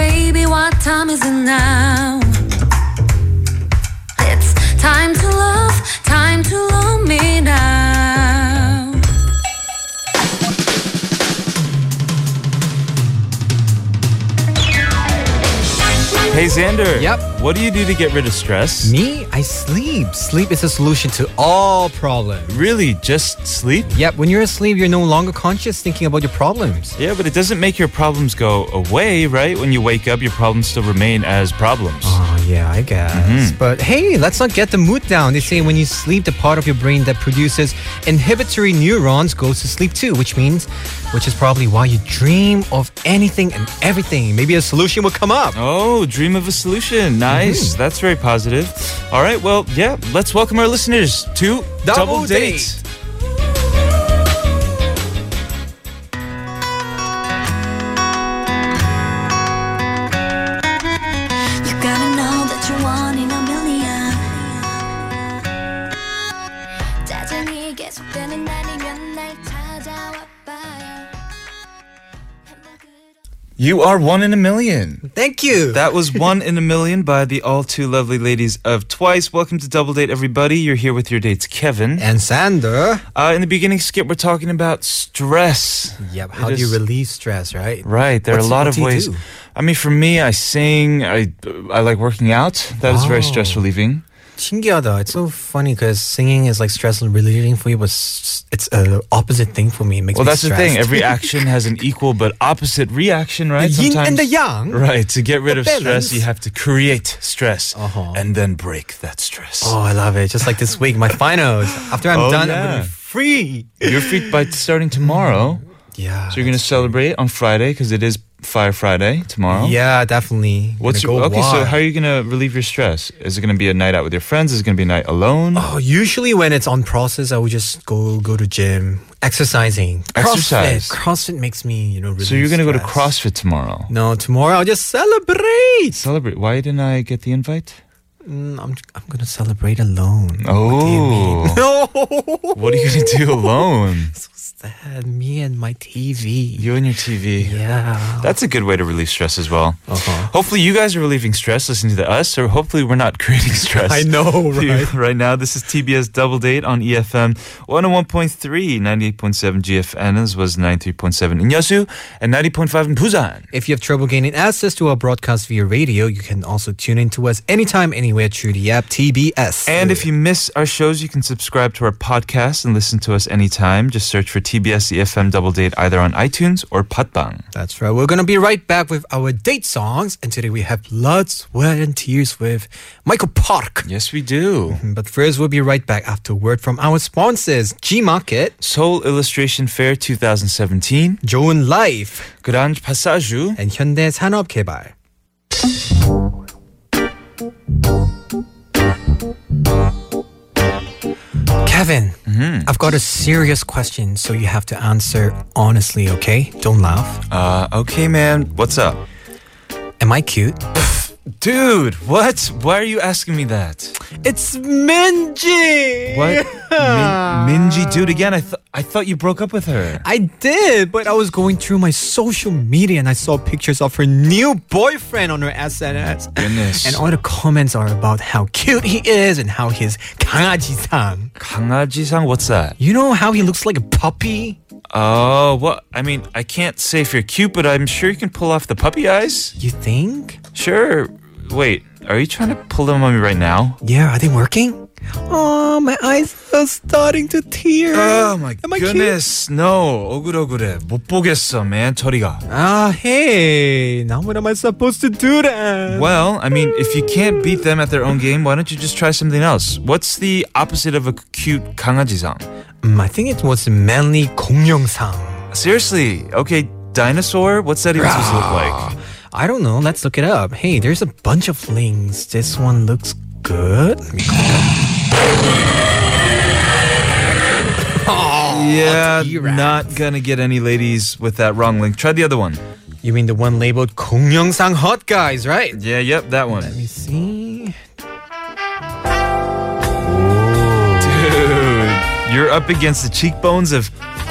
What time is it now? It's time to love, time to love me now. Hey Xander. Yep. What do you do to get rid of stress? Me, I sleep. Sleep is a solution to all problems. Really? Just sleep? Yep, when you're asleep, you're no longer conscious thinking about your problems. Yeah, but it doesn't make your problems go away, right? When you wake up, your problems still remain as problems. Oh, yeah, I guess. Mm-hmm. But hey, let's not get the mood down. They say when you sleep, the part of your brain that produces inhibitory neurons goes to sleep too, which means, which is probably why you dream of anything and everything. Maybe a solution will come up. Oh, dream of a solution. Nice. Mm-hmm. That's very positive. All right, well, yeah, let's welcome our listeners to Double, Date. Date. You gotta know that you're one in a million. 짜증이 계속되는 날이면 날 찾아와 봐요. You are one in a million. Thank you. That was One in a Million by the all too lovely ladies of Twice. Welcome to Double Date, everybody. You're here with your dates, Kevin. and Sander. Uh, in the beginning, Skip, we're talking about stress. It Yep, how do you is- relieve stress, right? Right, there are What's- a lot of what do you ways. do? I mean, for me, I sing. I I like working out. That is very Wow. stress relieving. 신기하다. It's so funny because singing is like stress relieving for you, but s- it's a opposite thing for me. It makes Well, me that's the thing. stressed. Every action has an equal but opposite reaction, right? The yin and the yang. Right. To get rid of stress, balance. you have to create stress Uh-huh. and then break that stress. Oh, I love it. Just like this week, my finals. After Oh, I'm done, I'm yeah. gonna be free. You're free by starting tomorrow. Yeah. So you're going to celebrate on Friday because it is Fire Friday tomorrow. Yeah, definitely. What's Gonna your, go okay? So wild. how are you going to relieve your stress? Is it going to be a night out with your friends? Is it going to be a night alone? Oh, usually when it's on process, I would just go go to gym, exercising. Exercise. CrossFit. CrossFit makes me, you know, really. so you're going to go to stressed. CrossFit tomorrow. No, tomorrow I'll just celebrate. Celebrate. Why didn't I get the invite? Mm, I'm I'm gonna celebrate alone. Oh. No. What are you going to do alone? Sad. Me and my TV. You and your TV. yeah. That's a good way to relieve stress as well. Uh-huh. Hopefully, you guys are relieving stress listening to us, or hopefully, we're not creating stress. I know, to you right? right now, this is TBS Double Date on E EFM 101.3, 98.7 GFN, as was 93.7 in Yosu, and 90.5 in Busan. If you have trouble gaining access to our broadcast via radio, you can also tune in to us anytime, anywhere through the app TBS. And if you miss our shows, you can subscribe to our podcast and listen to us anytime. Just search for TBS EFM E Double Date either on iTunes or Patbang. That's right. We're going to be right back with our date songs. And today we have Blood, Sweat, and Tears with Michael Park. Yes, we do. But first, we'll be right back after a word from our sponsors G Market, Seoul Illustration Fair 2017, Joan Life, Grand Passage. and Hyundai Sanop Kebai. Kevin, I've got a serious question, so you have to answer honestly, okay? Don't laugh. Uh, okay, man. What's up? Am I cute? Dude, what? Why are you asking me that? It's Minji! What? Min- Minji, dude, again, I, th- I thought you broke up with her. I did, but I was going through my social media and I saw pictures of her new boyfriend on her SNS. Goodness. And all the comments are about how cute he is and how he's 강아지상. 강아지상, what's that? You know how he looks like a puppy? Oh, what? I mean, I can't say if you're cute, but I'm sure you can pull off the puppy eyes. You think? Sure. Wait, are you trying to pull them on me right now? Yeah, are they working? Oh, my eyes are starting to tear. Oh, Am I cute? No, 억울억울해. 못 보겠어, man. 저리가. Ah, hey, now what am I supposed to do then? Well, I mean, if you can't beat them at their own game, why don't you just try something else? What's the opposite of a cute 강아지상? Mm, I think it was mainly 공룡상. Seriously, okay, dinosaur? What's that even supposed to look like? I don't know. Let's look it up. Hey, there's a bunch of links. This one looks good. Let me click it. Oh, Yeah, T-Rex. not gonna get any ladies with that wrong link. Try the other one. You mean the one labeled 공룡상 hot guys, right? Let Yeah, yep, that one. me see. Dude, you're up against the cheekbones of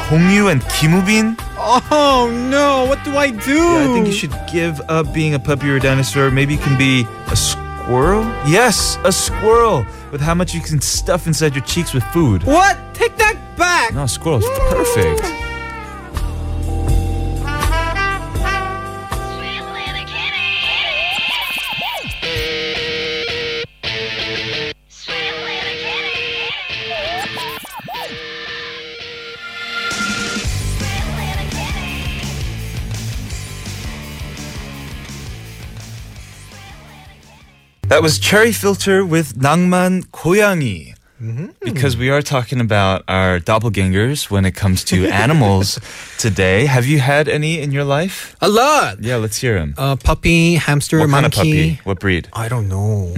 Hongyu and Kimubin? Oh no, what do I do? I think you should give up being a puppy or a dinosaur. Maybe you can be a squirrel? Yes, a squirrel with how much you can stuff inside your cheeks with food. What? Take that back! No, squirrel is perfect. That was Cherry Filter with 낭만 고양이. Mm-hmm. Because we are talking about our doppelgangers when it comes to animals today. Have you had any in your life? A lot! Yeah, let's hear them. Uh, puppy, hamster, what monkey. kind of puppy? What breed? I don't know.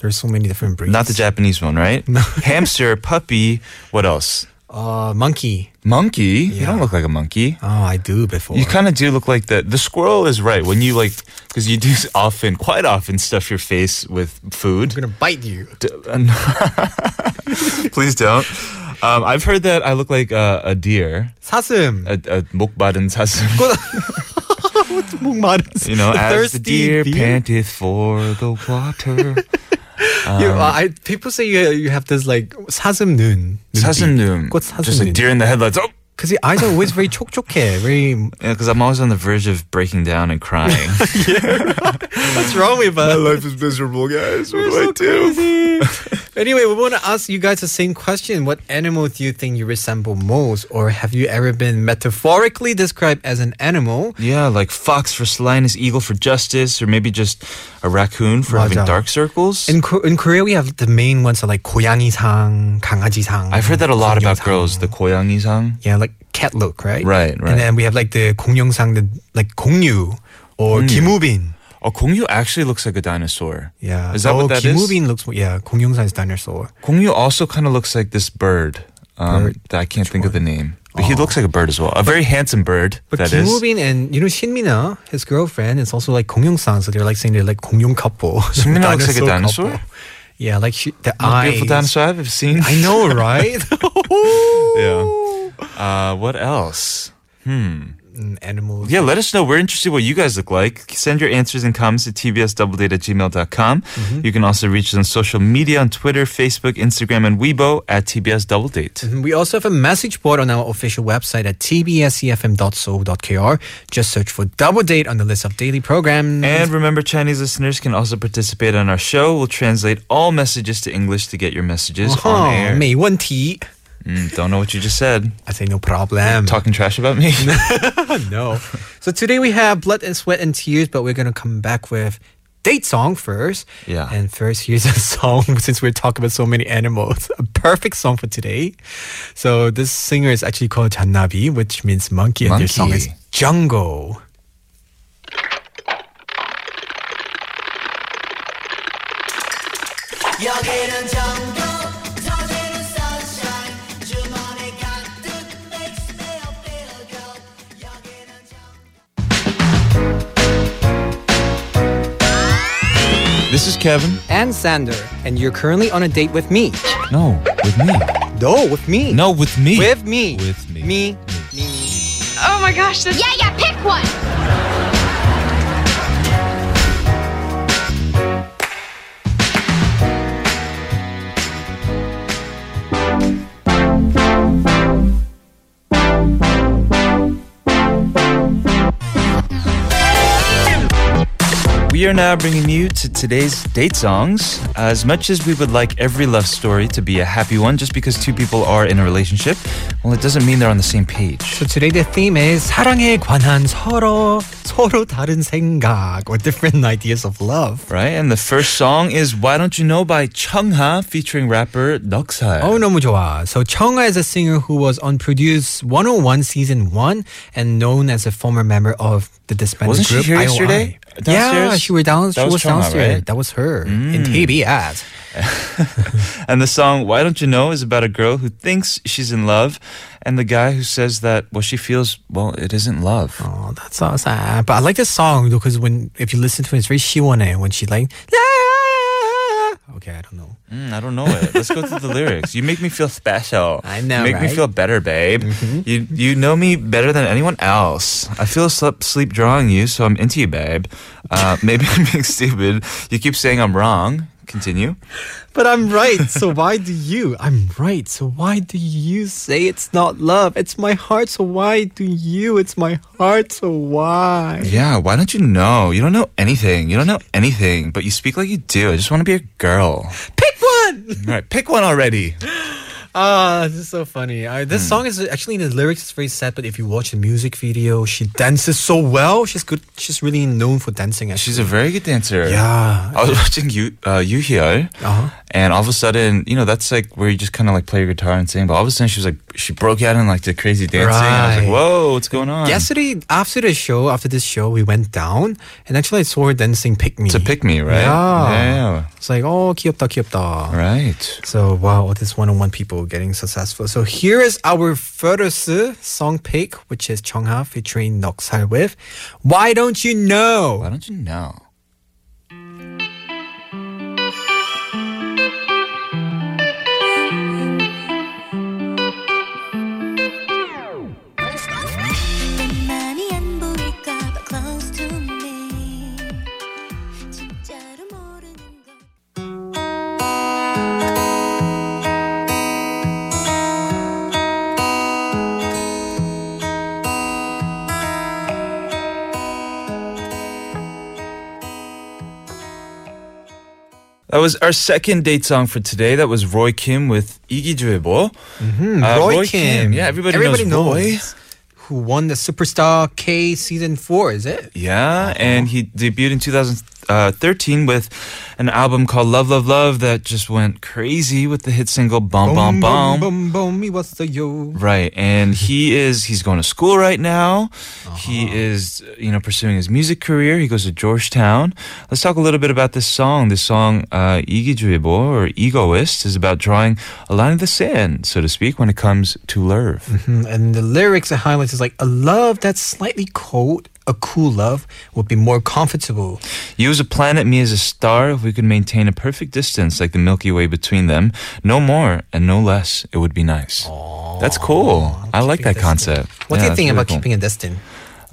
There's so many different breeds. Not the Japanese one, right? Hamster, puppy. What else? Uh, monkey. Monkey. You don't Yeah. look like a monkey. Oh, I do before. You kind of do look like the the squirrel is right when you like because you do often, quite often, stuff your face with food. I'm gonna bite you. D- uh, no. Please don't. Um, I've heard that I look like uh, a, a deer, 사슴. a, a 목마른 사슴. 목마른. You know, as the thirsty deer, panteth for the water. You- uh, I, people say you, you have this like 사슴 눈. 사슴눈. 꽃 Just like 사슴눈. deer in the headlights. Oh! Because your eyes are always very 촉촉해. Very. Because I'm always on the verge of breaking down and crying. What's wrong with us? life is miserable, guys. What We're so crazy. anyway, we want to ask you guys the same question. What animal do you think you resemble most? Or have you ever been metaphorically described as an animal? Yeah, like fox for slyness, eagle for justice, or maybe just a raccoon for having 맞아. dark circles. In, Ko- in Korea, we have the main ones are like 고양이상, 강아지상. I've heard that a lot about 공룡상. girls, the koyangisang. Yeah, like cat look, right? Right, right. And then we have like the 공룡상, the like 공유 or Hmm. 김우빈. Oh, Kongyu actually looks like a dinosaur. Yeah. Is that oh, what that is? 김우빈 looks more, yeah, 공룡상 is dinosaur. Kongyu also kind of looks like this bird. Um, Bird? Oh. That I can't think of the name. But he looks like a bird as well. A very handsome bird, But that Kim is. Woo-bin and you know Shinmina, his girlfriend, is also like 공룡상, so they're like saying they're like 공룡 couple. Shinmina looks like a dinosaur? couple. Yeah, like she, the Most eyes. beautiful dinosaur I've ever seen. I know, right? yeah. Uh, what else? Mm, Animals. Yeah, let us know. We're interested what you guys look like. Send your answers and comments to tbsdoubledat at gmail.com. Mm-hmm. You can also reach us on social media on Twitter, Facebook, Instagram, and Weibo at TBS Double Date. We also have a message board on our official website at tbscfm.so.kr. Just search for Double Date on the list of daily programs. And remember, Chinese listeners can also participate on our show. We'll translate all messages to English to get your messages on uh-huh, air. 没问题. Mm, don't know what you just said. I say no problem. Talking trash about me? no. So today we have Blood and Sweat and Tears, but we're going to come back with date song first. Yeah. And first, here's a song since we're talking about so many animals. A perfect song for today. So this singer is actually called Jannabi, which means monkey, and their song is Monkey. Jungle. 여기는 정도 저기는 sunshine 주머니 가득 makes me feel good 여기는 정도 this is Kevin. And Sander, and you're currently on a date with me. No, with me. No, with me. No, with me. With me. With me. Me. Oh my gosh, this Yeah, yeah, pick one. We are now bringing you to today's date songs. As much as we would like every love story to be a happy one, just because two people are in a relationship, well, it doesn't mean they're on the same page. So today the theme is 사랑에 관한 서로 서로 다른 생각 or different ideas of love. Right? And the first song is Why Don't You Know by Chung Ha featuring rapper Doksa. Oh, 너무 좋아. So Cheonga is a singer who was on Produce 101 season 1 and known as a former member of the disbanded Wasn't she group here IOI. yesterday? Yeah, Downstairs? she was down. That she was was Cheonga, downstairs. right? Mm. That was her in TBS. And the song Why Don't You Know is about a girl who thinks she's in love and the guy who says that what she feels, well, it isn't love. Oh, that's so sad. But I like this song though because when if you listen to it, it's very shiwane when she like. "Ah." Okay, I don't know. Mm, I don't know it. Let's go to the lyrics. You make me feel special. I know, You make me right? feel better, babe. You you know me better than anyone else. I feel sleep, sleep drawing you, so I'm into you, babe. Uh, maybe I'm being stupid. You keep saying I'm wrong. Continue. But I'm right, so why do you? I'm right, so why do you say it's not love? It's my heart, so why do you? It's my heart, so why? Yeah, why don't you know? You don't know anything. You don't know anything, but you speak like you do. I just want to be a girl. Pick one! All right, pick one already. Ah, this is so funny. Uh, this Hmm. song is actually the lyrics is very sad, but if you watch the music video, she dances so well. She's good. She's really known for dancing. Actually. She's a very good dancer. yeah. I was watching you, uh, Yu Hyul, Uh-huh. and all of a sudden, you know, that's like where you just kind of like play your guitar and sing. But all of a sudden, she was like, she broke out in like the crazy dancing. And I was Right. like, whoa, what's going on? Uh, Yesterday, after the show, after this show, we went down, and actually I saw her dancing "Pick Me." To pick me, right? Yeah. It's like, oh, 귀엽다, 귀엽다. Yeah. Right. So wow, all these one-on-one people getting successful. So here is our first song pick, which is Chungha featuring Noksal with "Why Don't You Know." Why don't you know? 많이 안 보일까봐 close to me. 진짜로 모르는 걸. That was our second date song for today. That was Roy Kim with Iggy Juebo. Mm-hmm. Yeah, everybody, knows, Roy. who won the Superstar K season four. Is it? Yeah, and he debuted in 2013 with an album called Love, Love, Love that just went crazy with the hit single Bum Bum Bum. boom, boom, boom, me what's the yo? Right, and he is—he's going to school right now. He Uh-huh. is, you know, pursuing his music career. He goes to Georgetown. Let's talk a little bit about this song. This song, uh, "이기주의보" or "Egoist," is about drawing a line in the sand, so to speak, when it comes to love. Mm, And the lyrics and highlights is like a love that's slightly cold. A cool love would be more comfortable. You as a planet, me as a star. If we could maintain a perfect distance, like the Milky Way between them, no more and no less, it would be nice. That's cool. I like that Keeping a concept. distance. What Yeah, do you that's think really about cool. keeping a distance?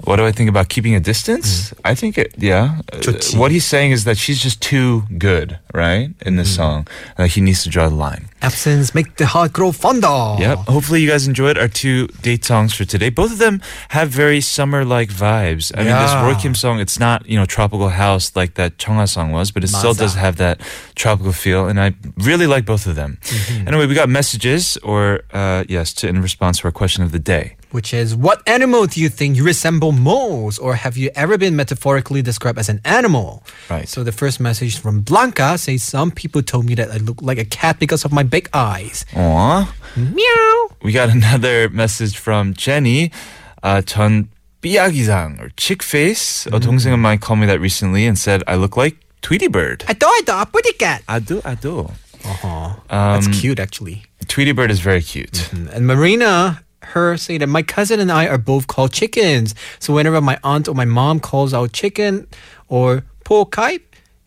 What do I think about keeping a distance? I think it, yeah. Uh, 좋지. what he's saying is that she's just too good, right? In this song, uh, he needs to draw the line. Absence make the heart grow fonder. Yep. Hopefully, you guys enjoyed our two date songs for today. Both of them have very summer-like vibes. I mean, this Yeah. Roy Kim song, it's not you know tropical house like that Chonga song was, but it still 맞아. does have that tropical feel, and I really like both of them. Anyway, we got messages, or uh, yes, to in response to our question of the day. Which is, what animal do you think you resemble most? Or have you ever been metaphorically described as an animal? Right. So the first message from Blanca says, Some people told me that I look like a cat because of my big eyes. Aww. Meow. We got another message from Jenny. Uh, 전 삐약이상 or chick face. A 동생 of mine called me that recently and said I look like Tweety Bird. I thought I thought a pretty cat. I do, I do. Uh-huh. That's cute, actually. Tweety Bird is very cute. And Marina, her say that my cousin and I are both called chickens. So whenever my aunt or my mom calls out chicken or pokai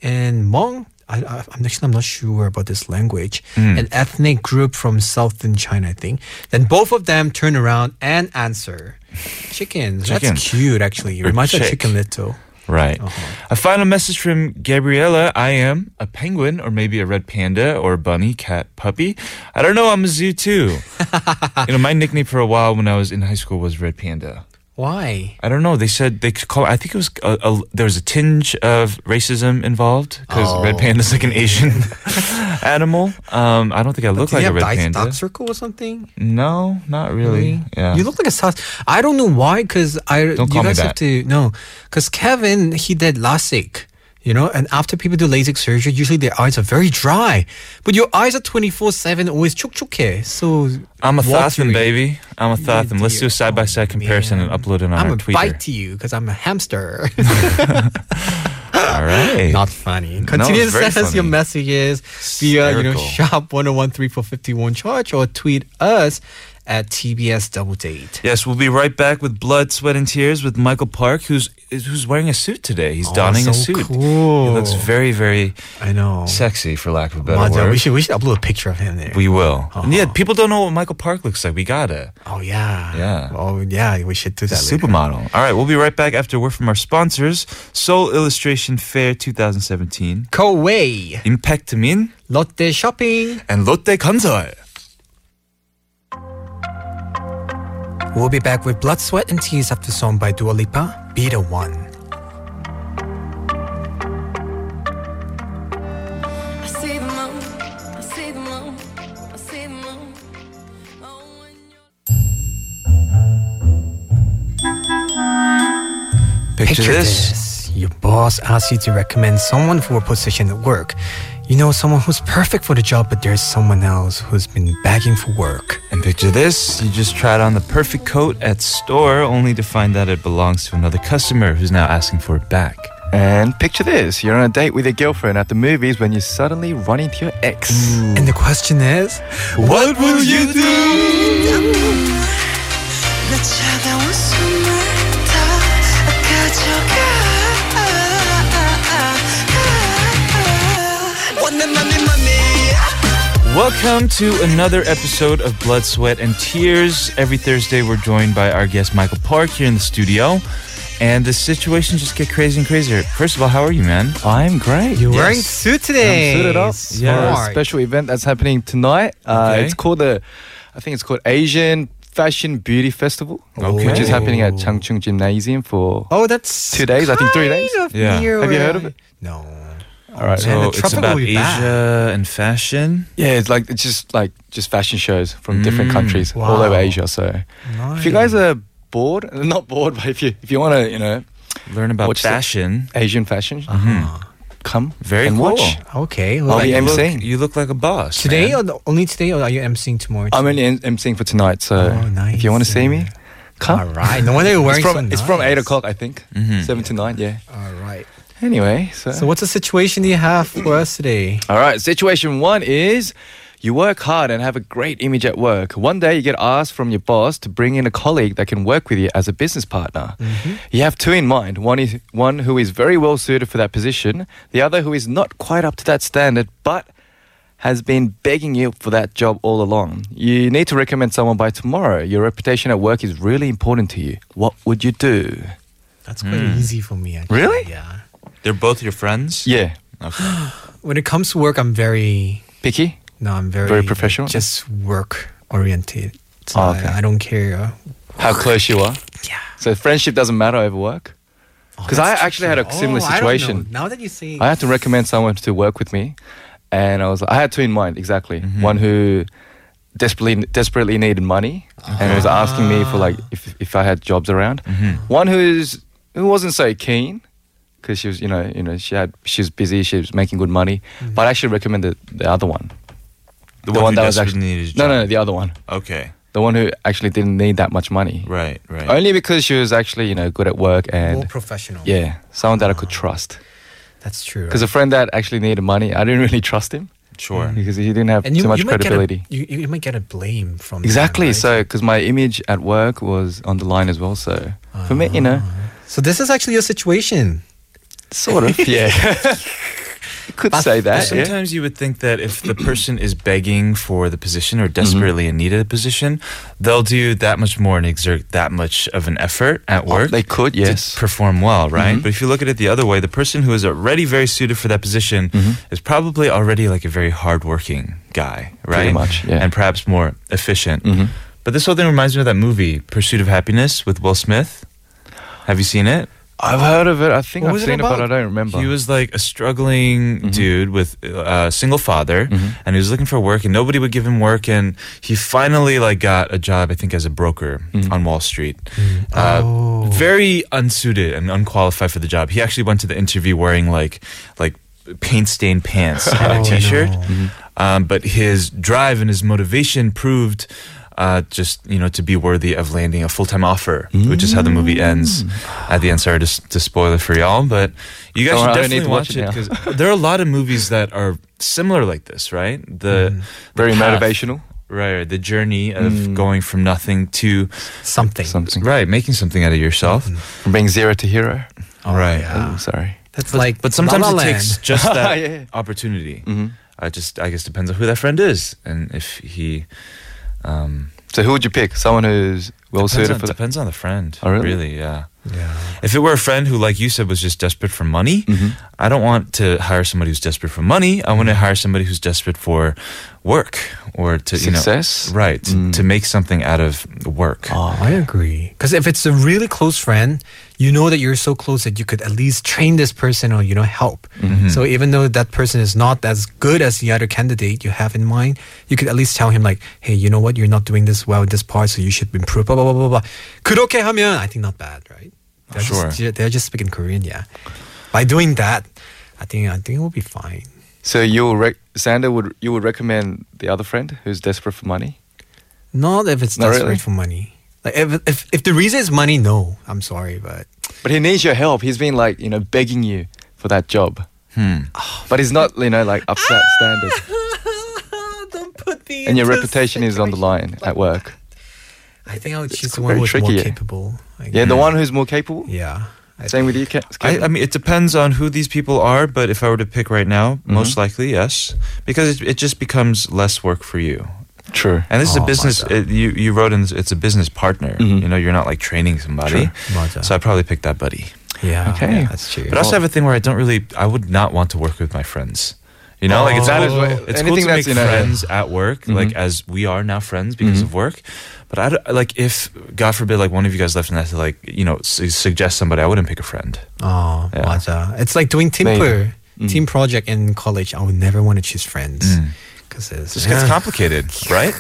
and mong, I, I, I'm actually I'm not sure about this language, Hmm. an ethnic group from southern China, I think. Then both of them turn around and answer. Chickens. Chicken. That's cute, actually. It Or reminds me of chick. Chicken Little. Right. A final message from Gabriella. I am a penguin, or maybe a red panda, or bunny, cat, puppy. I don't know. I'm a zoo too. you know, my nickname for a while when I was in high school was Red Panda. Why? I don't know. They said they could call. I think it was a, a, there was a tinge of racism involved because Oh. red panda's like an Asian animal. Um, I don't think I look Did like you a have red dice panda. dark circle or something? No, not really. Yeah. You look like a sauce. I don't know why, because I Don't you call me guys have that. to no, because Kevin he did LASIK, you know, and after people do LASIK surgery, usually their eyes are very dry, but your eyes are twenty four seven always chukchuke. So I'm a Thothan, watery. baby. I'm a Thothan. Let's do a dear. side by side comparison and upload it on I'm our a Twitter. Oh, bite to you because I'm a hamster. All right. Not funny. Continue it's to very send us your funny. messages via you know oh Hysterical. sharp one zero one three four fifty one charge or tweet us at TBS Double Date. Yes, we'll be right back with Blood, Sweat, and Tears with Michael Park, who's is- who's wearing a suit today. He's donning a Oh, so suit. cool. He looks very, very I know. sexy, for lack of a better Maja, word. we should we should upload a picture of him there. We will. And yeah, people don't know what Michael Park looks like. We gotta. oh yeah. Yeah. Oh yeah. We should do that. later. Supermodel. All right, we'll be right back after we're from our sponsors Seoul Illustration Fair 2017, Koei Impact Min, Lotte Shopping. and Lotte Kansai. We'll be back with Blood, Sweat, and Tears after song by Dua Lipa, Be the One. I see the moon, I see the moon, I see the moon. Oh, when you're- Picture, this. Your boss asks you to recommend someone for a position at work. You know someone who's perfect for the job, but there's someone else who's been begging for work. And picture this you just tried on the perfect coat at store only to find out it belongs to another customer who's now asking for it back. And picture this you're on a date with your girlfriend at the movies when you suddenly run into your ex. And the question is, What will you do? 내 차가운 숨을 다 가져가 원내 맘이 맘이 Welcome to another episode of Blood, Sweat, and Tears. Every Thursday, we're joined by our guest Michael Park here in the studio. And the situations just get crazy and crazier. First of all, how are you, man? I'm great. you're Yes. wearing suit today. suited up Yeah. for a special event that's happening tonight. Uh, Okay. It's called the, I think it's called Asian Fashion Beauty Festival, Okay. which is happening at Changchung Gymnasium for. Oh, that's Two days, I think three kind days. of Yeah. near Have you where heard of I- it? No. All right. So Man, the it's tropical about will be Asia back. and fashion. yeah, it's like it's just like just fashion shows from different countries all Wow. over Asia. So if you guys are bored, not bored, but if you if you want to, you know, Learn about What's the- fashion. Asian fashion, come Very and cool. watch. Hmm. Okay. I'll well, be you look- emceeing. You look like a boss. today man. or the- only today, or are you emceeing tomorrow? I'm only em- emceeing for tonight, so Oh, if you want to nice. see me, come. All right. No wonder you're It's wearing so from it's from nice. eight o'clock, I think, seven to nine. Yeah. All right. Anyway, so, So, what's the situation you have for us today? all right. Situation one is you work hard and have a great image at work. One day you get asked from your boss to bring in a colleague that can work with you as a business partner. You have two in mind. One is one who is very well suited for that position. The other who is not quite up to that standard, but has been begging you for that job all along. You need to recommend someone by tomorrow. Your reputation at work is really important to you. What would you do? That's quite easy for me. Actually. Hmm. Really? Yeah. They're both your friends? Yeah. Okay. When it comes to work, I'm very Picky? no, I'm very Very professional? just work oriented. So Oh, okay. I, I don't care. how close you are. Yeah. So friendship doesn't matter over work. Oh, Because I actually had a similar Oh, I don't know. situation. Now that you say, I, had to recommend someone to work with me, and I was I had two in mind exactly. Mm-hmm. One who desperately desperately needed money and was Ah. asking me for like if if I had jobs around. Mm-hmm. One who's who wasn't so keen because she was you know you know she had she was busy she was making good money, but I actually recommended the other one. Mm-hmm. The, one, that who was desperately actually needed a no no job. no, the other one Okay. the one who actually didn't need that much money. Right, right. Only because she was actually, you know, good at work more and professional. yeah, someone that I could trust. that's true. Because right? a friend that actually needed money, I didn't really trust him Sure. because he didn't have too much might get a- credibility. you, you you might get a blame from them, Exactly. right? So, because my image at work was on the line as well. So, for me, you know, Ah. So this is actually your situation. sort of, yeah. You could But- say Well, that. Yeah. sometimes you would think that if the person is begging for the position or desperately Mm-hmm. in need of the position, they'll do that much more and exert that much of an effort at work. Oh, They could, to yes. Mm-hmm. perform well, right? But if you look at it the other way, the person who is already very suited for that position Mm-hmm. is probably already like a very hardworking guy, right? Pretty much, yeah. Mm-hmm. And perhaps more efficient. But this whole thing reminds me of that movie, Pursuit of Happiness, with Will Smith. Have you seen it? I've heard of it. I think What I've was it seen it, but I about? don't remember. He was like a struggling dude with uh, a single father, and he was looking for work, and nobody would give him work. And he finally like got a job, I think, as a broker on Wall Street. Uh, Very unsuited and unqualified for the job. He actually went to the interview wearing like like paint stained pants and a t shirt, um, but his drive and his motivation proved. Uh, just you know, to be worthy of landing a full time offer, which is how the movie ends. At the end, sorry to, s- to spoil it for y'all, but you guys should Don't worry, Oh, I don't definitely need to watch watch it it because there are a lot of movies that are similar like this, right? The Mm-hmm. Very the path- motivational. Mm. Right, right, the journey of going from nothing to Something. Something right, making something out of yourself. from being zero to hero. right. I'm sorry. Oh, That's like But sometimes La La it Land. takes just that Yeah, yeah. opportunity. Mm-hmm. I just, I guess, depends on who that friend is, and if he um, So who would you pick? Someone who's well depends, suited on, for that. depends on the friend. Oh, really? yeah. If it were a friend who, like you said, was just desperate for money, Mm-hmm. I don't want to hire somebody who's desperate for money. I want to hire somebody who's desperate for work or to Success? you know, right? Mm. To make something out of work. Oh, I agree. Because if it's a really close friend, you know that you're so close that you could at least train this person or, you know, help. So even though that person is not as good as the other candidate you have in mind, you could at least tell him, like, hey, you know what? You're not doing this well in this part, so you should improve. Blah, blah, blah, blah, blah. 그렇게 하면, I think not bad, right? They're Sure. Just, they're just speaking Korean, yeah. By doing that, I think I think it will be fine. So you rec- Sander would you would recommend the other friend who's desperate for money? Not if it's Not desperate really. for money. Like if, if if the reason is money, no. I'm sorry, but But he needs your help. He's been like, you know, begging you for that job. Hmm. But he's not, you know, like upset standard. Don't put me. And your into Ah! a reputation is on the line situation like at work. I think I would choose It's the one very who's more tricky, yeah. capable. I Yeah, guess. the one who's more capable. Yeah. I Same with you, Ke- Hmm. I, I mean, it depends on who these people are, but if I were to pick right now, Mm-hmm. most likely yes, because it, it just becomes less work for you. True. And this is Oh, a business. 맞아. It, you you wrote in. this- It's a business partner. Mm-hmm. You know, you're not like training somebody. 맞아. So I probably pick that buddy. Yeah. Okay. yeah, that's true. But I also have a thing where I don't really. I would not want to work with my friends. You know, like it's That is cool- what- it's cool anything to that's make in a- friends at work, like as we are now friends because of work. But I don't- like if God forbid, like one of you guys left and I had to like you know su- suggest somebody, I wouldn't pick a friend. Oh, Yeah. 맞아. It's like doing team Maybe. per- Mm. team project in college. I would never want to choose friends because it's uh, This gets complicated, right?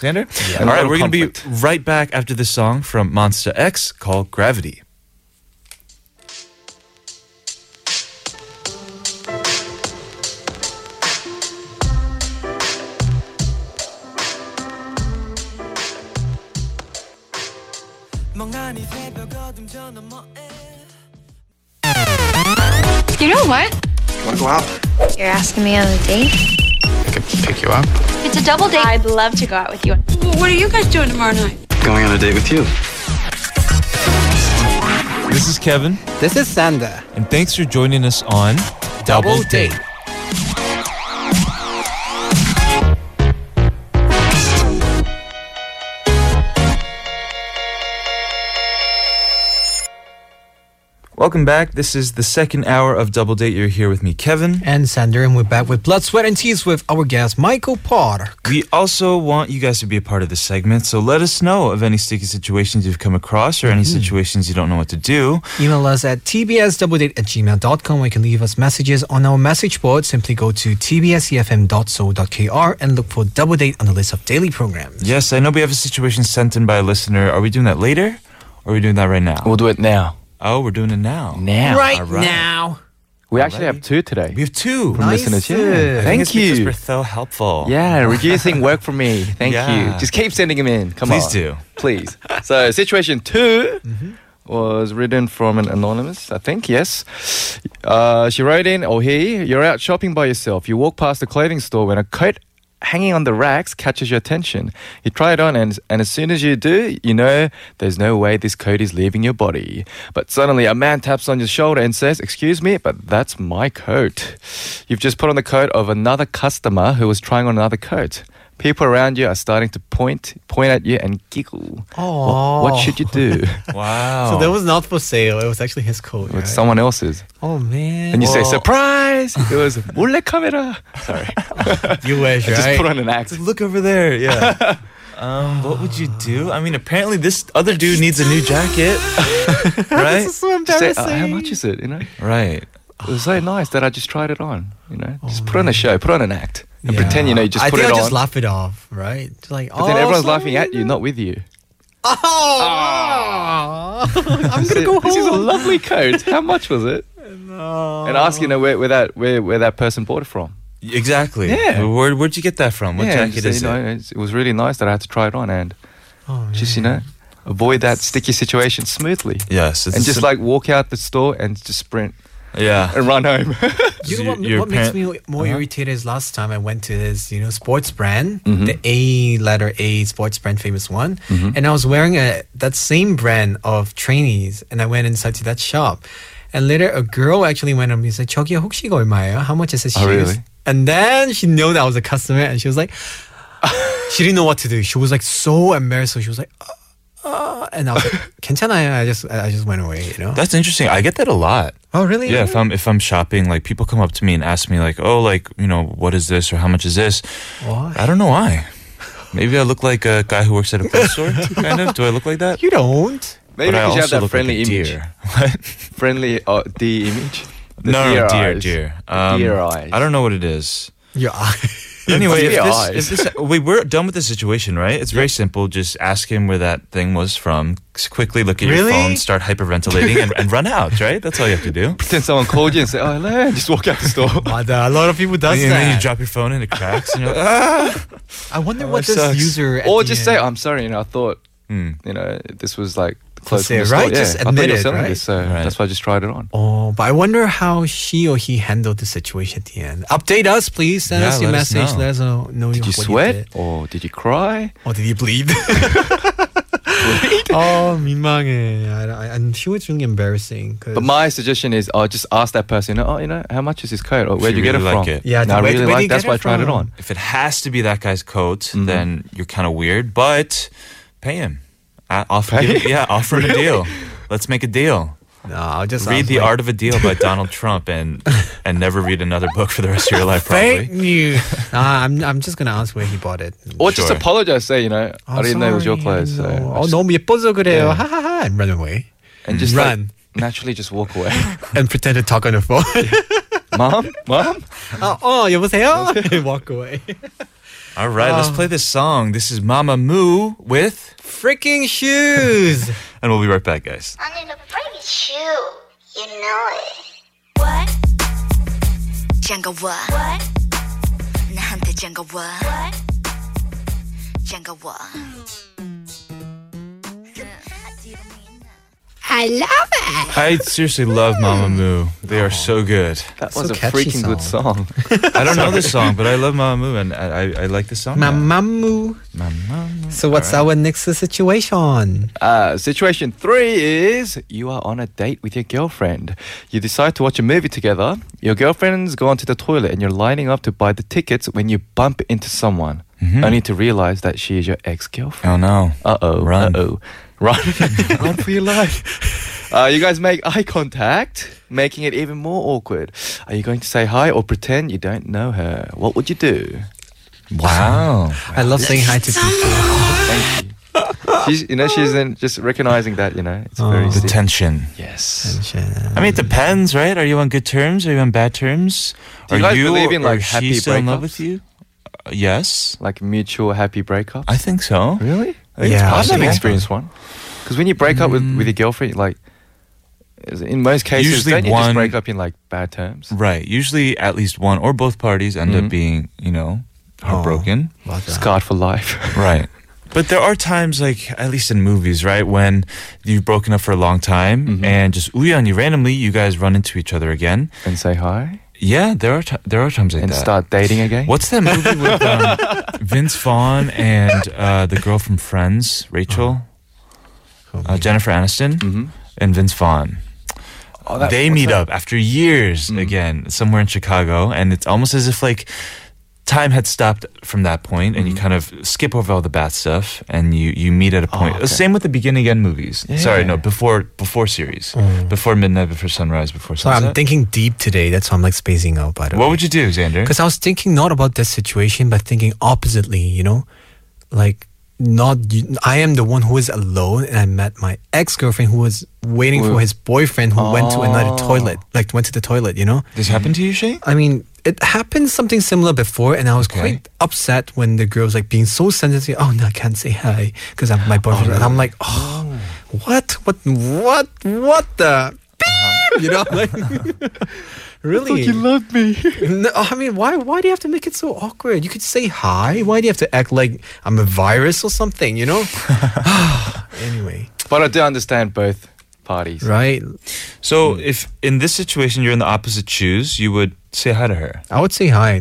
Xander? Yeah. All right, A little we're going to be conflict. right back after this song from Monster X called Gravity. You know what? Wanna go out? You're asking me on a date? I could pick you up. It's a double date. I'd love to go out with you. What are you guys doing tomorrow night? Going on a date with you. This is Kevin, This is Sander. and thanks for joining us on Double, Date. Welcome back. This is the second hour of Double Date. You're here with me, Kevin. And Sander, and we're back with Blood, Sweat, and Tears with our guest, Michael Potter. We also want you guys to be a part of this segment, so let us know of any sticky situations you've come across or any situations you don't know what to do. Email us at tbsdoubledate at gmail.com or you can leave us messages on our message board. Simply go to e tbsefm.so.kr and look for Double Date on the list of daily programs. Yes, I know we have a situation sent in by a listener. Are we doing that later? Or are we doing that right now? We'll do it now. Oh, we're doing it now. Now. Right, All right. now. We actually have two today. We have two. Nice. listeners. I Yeah. I think Thank it's Because we're you. so helpful. Yeah, reducing work for me. Thank Yeah. you. Just keep sending them in. Come Please on. do. Mm-hmm. Please. So, situation 2 was written from an anonymous, I think, yes. Uh, she wrote in, or he, you're out shopping by yourself. You walk past a clothing store when a coat hanging on the racks catches your attention. You try it on, and, and as soon as you do, you know there's no way this coat is leaving your body. But suddenly, a man taps on your shoulder and says, Excuse me, but that's my coat. You've just put on the coat of another customer who was trying on another coat. People around you are starting to point point at you and giggle. What, what Aw. should you do? Wow. Oh. So that was not for sale. It was actually his coat. With someone else's. oh man. And you say, surprise! It was 몰래 카메라. Sorry. you wish, I just put on an act. Look over there. Yeah. um, what would you do? I mean, apparently this other dude needs a new jacket. right? so Say, embarrassing. "Uh, how much is it? You know? Right. It was so nice that I just tried it on. You know? Just put on a show, put on an act. And Oh. Yeah. pretend, you know, you just I put think it I'll on. just laugh it off, right? Just like, but oh, then everyone's sorry, laughing at you, not with you. Oh, I'm gonna go This is a home. lovely coat. How much was it? And ask, you know, where, where, that, where, where that person bought it from. Exactly. Yeah. Where, where'd you get that from? What Yeah, jacket just is say, you it? know, it's- it was really nice that I had to try it on and Oh, just, you know, avoid that sticky situation smoothly. Yes. it's and a just sim- like walk out the store and just sprint Yeah. and run home. You know what, Your Uh-huh. what makes parent- me more irritated is last time I went to this, you know, sports brand, Mm-hmm. the A letter A sports brand, famous one, and I was wearing a that same brand of trainees, and I went inside to that shop, and later a girl actually went up and said, "저기 혹시 이거 얼마예요? How much is this Oh, shoes?" really? And then she knew that I was a customer, and she was like, she didn't know what to do. She was like so embarrassed, so she was like. Uh, uh, and I was like, 괜찮아요. I just, I just went away, you know. That's interesting. I get that a lot. oh, really? Yeah, if I'm if I'm shopping, like people come up to me and ask me like, "Oh, like, you know, what is this or how much is this?" Why? I don't know why. Maybe I look like a guy who works at a clothes store, kind of. Do I look like that? You don't. Maybe but I because you have also that look friendly like a image. deer. What? Friendly uh, D image. The no, no, deer, eyes. deer. Um, The deer eyes. I don't know what it is. Your But anyway, if deer this, if eyes. this, we we're done with the situation, right? It's very simple. Just ask him where that thing was from. s- Quickly look at your Really? phone, start hyperventilating, and, and run out. Right? That's all you have to do. Pretend someone called you and say, "Oh, hello," and just walk out the store. a lot of people does and then you that. drop your phone and it cracks, and you're like, ah. I wonder what it this sucks. user at Oh, or the just end- say, "I'm sorry," and I thought, you know, this was like close say it, to the store. right? Yeah, Just I thought admit you were it, selling right? this, so Right. that's why I just tried it on. Oh, but I wonder how she or he handled the situation at the end. Update us, please. Send Yeah, us your let us message. know. Let us know. know Did you what sweat did. or did you cry? Or did you bleed? oh, 민망해. I, I, I'm sure it's really embarrassing. 'cause- But my suggestion is, oh, just ask that person. Oh, you know, how much is this coat? Or where'd you you, get it really from? like it. Yeah, no, I where- where really do like. you That's get why I it tried it from? on. if it has to be that guy's coat, then you're kind of weird. But pay him. I offer, Pay give- yeah, offer him a deal. Let's make a deal. no, I'll just read ask, the like, art of a deal by donald trump and and never read another book for the rest of your life probably Fake news. nah, I'm I'm just gonna ask where he bought it. Or just Sure. apologize. Say, you know, Oh, I didn't know it was your clothes. So I Oh, just- 너무 예뻐서 그래요. Yeah. Ha ha ha! And run away and just Run. Like, naturally, just walk away. and pretend to talk on the phone. mom, mom. 어, 어, 여보세요? And walk away. all right let's play this song this is mama moo with Freaking shoes. and we'll be right back guys I'm in a pretty shoe. You know it. What? Django what? What? 나한테 Django what? What? Django what? i seriously love mama moo they are so good That So was a catchy freaking good song. i don't know this song but i love mama moo and i, I, I like this song now. Mamamoo. Mama Moo. So what's our next situation? Uh, situation three is you are on a date with your girlfriend. You decide to watch a movie together. Your girlfriend's gone to the toilet and you're lining up to buy the tickets when you bump into someone, only to realize that she is your ex girlfriend. oh no Uh oh. Run. Uh oh. Run. Run for your life. Uh, you guys make eye contact, making it even more awkward. Are you going to say hi or pretend you don't know her? What would you do? wow I love saying hi to people. Thank you. She's, you know, she's in just recognizing that, you Oh. know, it's very the serious. tension Yes. i mean it depends right are you on good terms are you on bad terms Do you are guys believe in, or is like, she happy still in love with breakups? you Uh, yes like mutual happy breakup? i think so really? I think it's Yeah, I've never possible. experienced one. Because when you break up with, with your girlfriend, like is- in most cases, Usually don't you one- just break up in like bad terms? Right. Usually, at least one or both parties end Mm-hmm. up being, you know, heartbroken. Oh. Scarred for life. Right. But there are times, like at least in movies, right, when you've broken up for a long time Mm-hmm. and just uyanyi randomly, you guys run into each other again. and say hi Yeah, there are t- there are times like and that. start dating again. What's that movie with um, Vince Vaughn and uh, the girl from Friends, Rachel, uh, Jennifer Aniston, and Vince Vaughn? Mm-hmm. Oh, Mm. that- they what's meet up that? after years again somewhere in chicago and it's almost as if like time had stopped from that point and you kind Mm-hmm. of skip over all the bad stuff and you you meet at a point Oh, okay. same with the begin again movies sorry no Yeah. Mm. before before series before midnight before sunrise before So sunset I'm thinking deep today. That's why I'm like spacing out. By the what way, would you do xander because I was thinking not about that situation, but thinking oppositely. You know, like not. you- I am the one who is alone, and I met my ex girlfriend who was waiting for Wait. his boyfriend who went to another Oh. toilet, like went to the toilet. You know. this happened to you shay I mean, it happened something similar before, and I was Okay. quite upset when the girl was like being so sensitive. Oh no, I can't say hi because I'm my boyfriend, and I'm like, oh, what, what, what, what the, beep? you know, I'm like really. You love me. No, I mean, why, why do you have to make it so awkward? You could say hi. Why do you have to act like I'm a virus or something? You know. anyway, But I do understand both parties. right? So Hmm. if in this situation you're in the opposite shoes, you would say hi to her. I would say hi,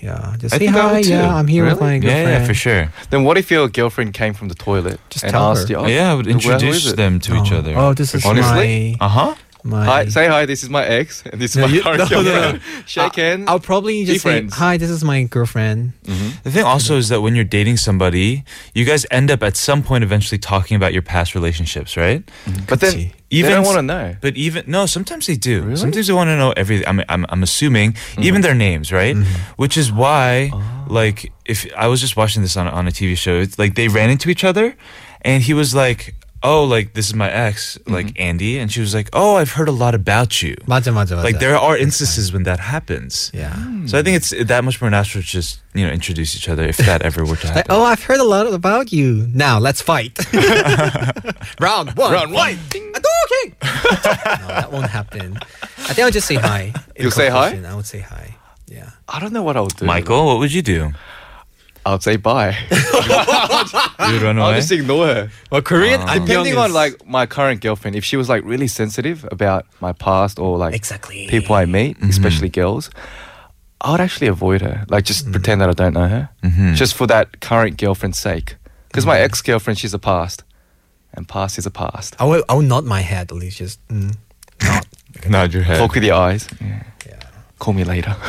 Right. Yeah, just I say think I hi. would too. Yeah, I'm here with my Yeah, girlfriend. yeah, for sure. Then what if your girlfriend came from the toilet Just and tell asked her. you? "Oh, yeah, I would who- who is introduce it?" them to each Oh. other. Oh, this is Honestly? my Uh huh. my. Hi, say hi. This is my ex, and this is No, my you- current no, no, no. girlfriend. Shake hands. Uh, I'll probably Be just say friends. hi. This is my girlfriend. The thing also is that when you're dating somebody, you guys end up at some point eventually talking about your past relationships, right? but Gucci. then Even even they don't s- want to know. But even no, sometimes they do. Sometimes they want to know everything. I mean, I'm I'm assuming Mm-hmm. even their names, right? Which is why, Oh. like, if I was just watching this on on a TV show, it's like they ran into each other, and he was like, "Oh, like this is my ex, Mm-hmm. like Andy," and she was like, "Oh, I've heard a lot about you." 맞아, 맞아, 맞아. Like there are instances when that happens. Yeah. So I think it's that much more natural to just you know introduce each other if that ever were to happen. Like, oh, I've heard a lot about you. Now let's fight. Round one. Round one. Ding. Oh, Okay. no, that won't happen. I think I'll just say hi. In You'll say hi? conclusion, I would say hi. Yeah. I don't know what I would do. Michael, what would you do? I'll say You bye. would run Ah, I'll away. just ignore her. Well, Korean. Depending on like my current girlfriend, if she was like really sensitive about my past or like Exactly. people I meet, especially girls, I would actually avoid her. Like just pretend that I don't know her, just for that current girlfriend's sake. Because my ex girlfriend, she's a past, and past is a past. I will. I will nod my head at least. Just. Mm. Nod. nod your head. Talk with your eyes. Yeah. Call me later.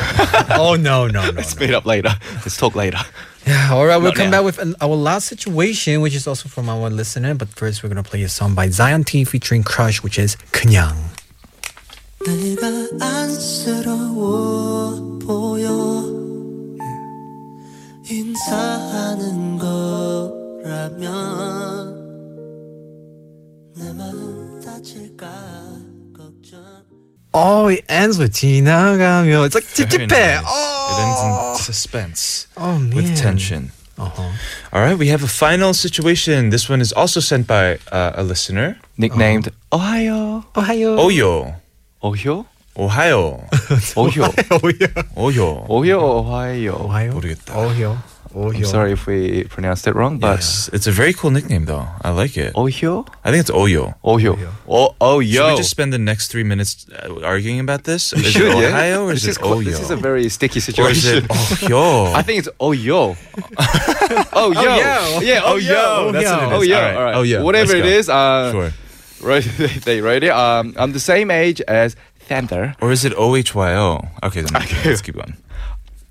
oh no no no. Let's meet up later. Let's talk later. Yeah, all right, we'll come now. back with an, our last situation, which is also from our listener. But first, we're gonna play a song by Zion T featuring Crush, which is 그냥. 내가 안쓰러워 보여 인사하는 거라면 내 마음 다칠까 걱정 Oh, it ends with 지나가며. It's like Very 찝찝해. nice. Oh, It ends in suspense oh man. with tension. Uh-huh. All right, we have a final situation. This one is also sent by uh, a listener. Nicknamed Ohio. Oh, Ohio. Oyo. Ohio? Ohio. Ohio. Oyo. Ohio or Ohio? Ohio. 모르겠다. Ohio. Ohio. I'm sorry if we pronounced it wrong, but It's, it's a very cool nickname, though. I like it. Ohio? I think it's Oyo. Ohio. Oh, oh, yo. Should we just spend the next three minutes uh, arguing about this? Is it Should, yeah? Ohio or is it this is qu- Oyo? This is a very sticky or is situation. it Ohyo? I think it's oh yo. oh yo. yo. Yeah, oh, Oh, yo. yo. That's oh, what it is. yo. All right. All right. Oh, yo. Whatever it Let's go. is, uh, Sure. right, they wrote it. Um, I'm the same age as Thunder. Or is it OHYO? Okay, then let's keep going.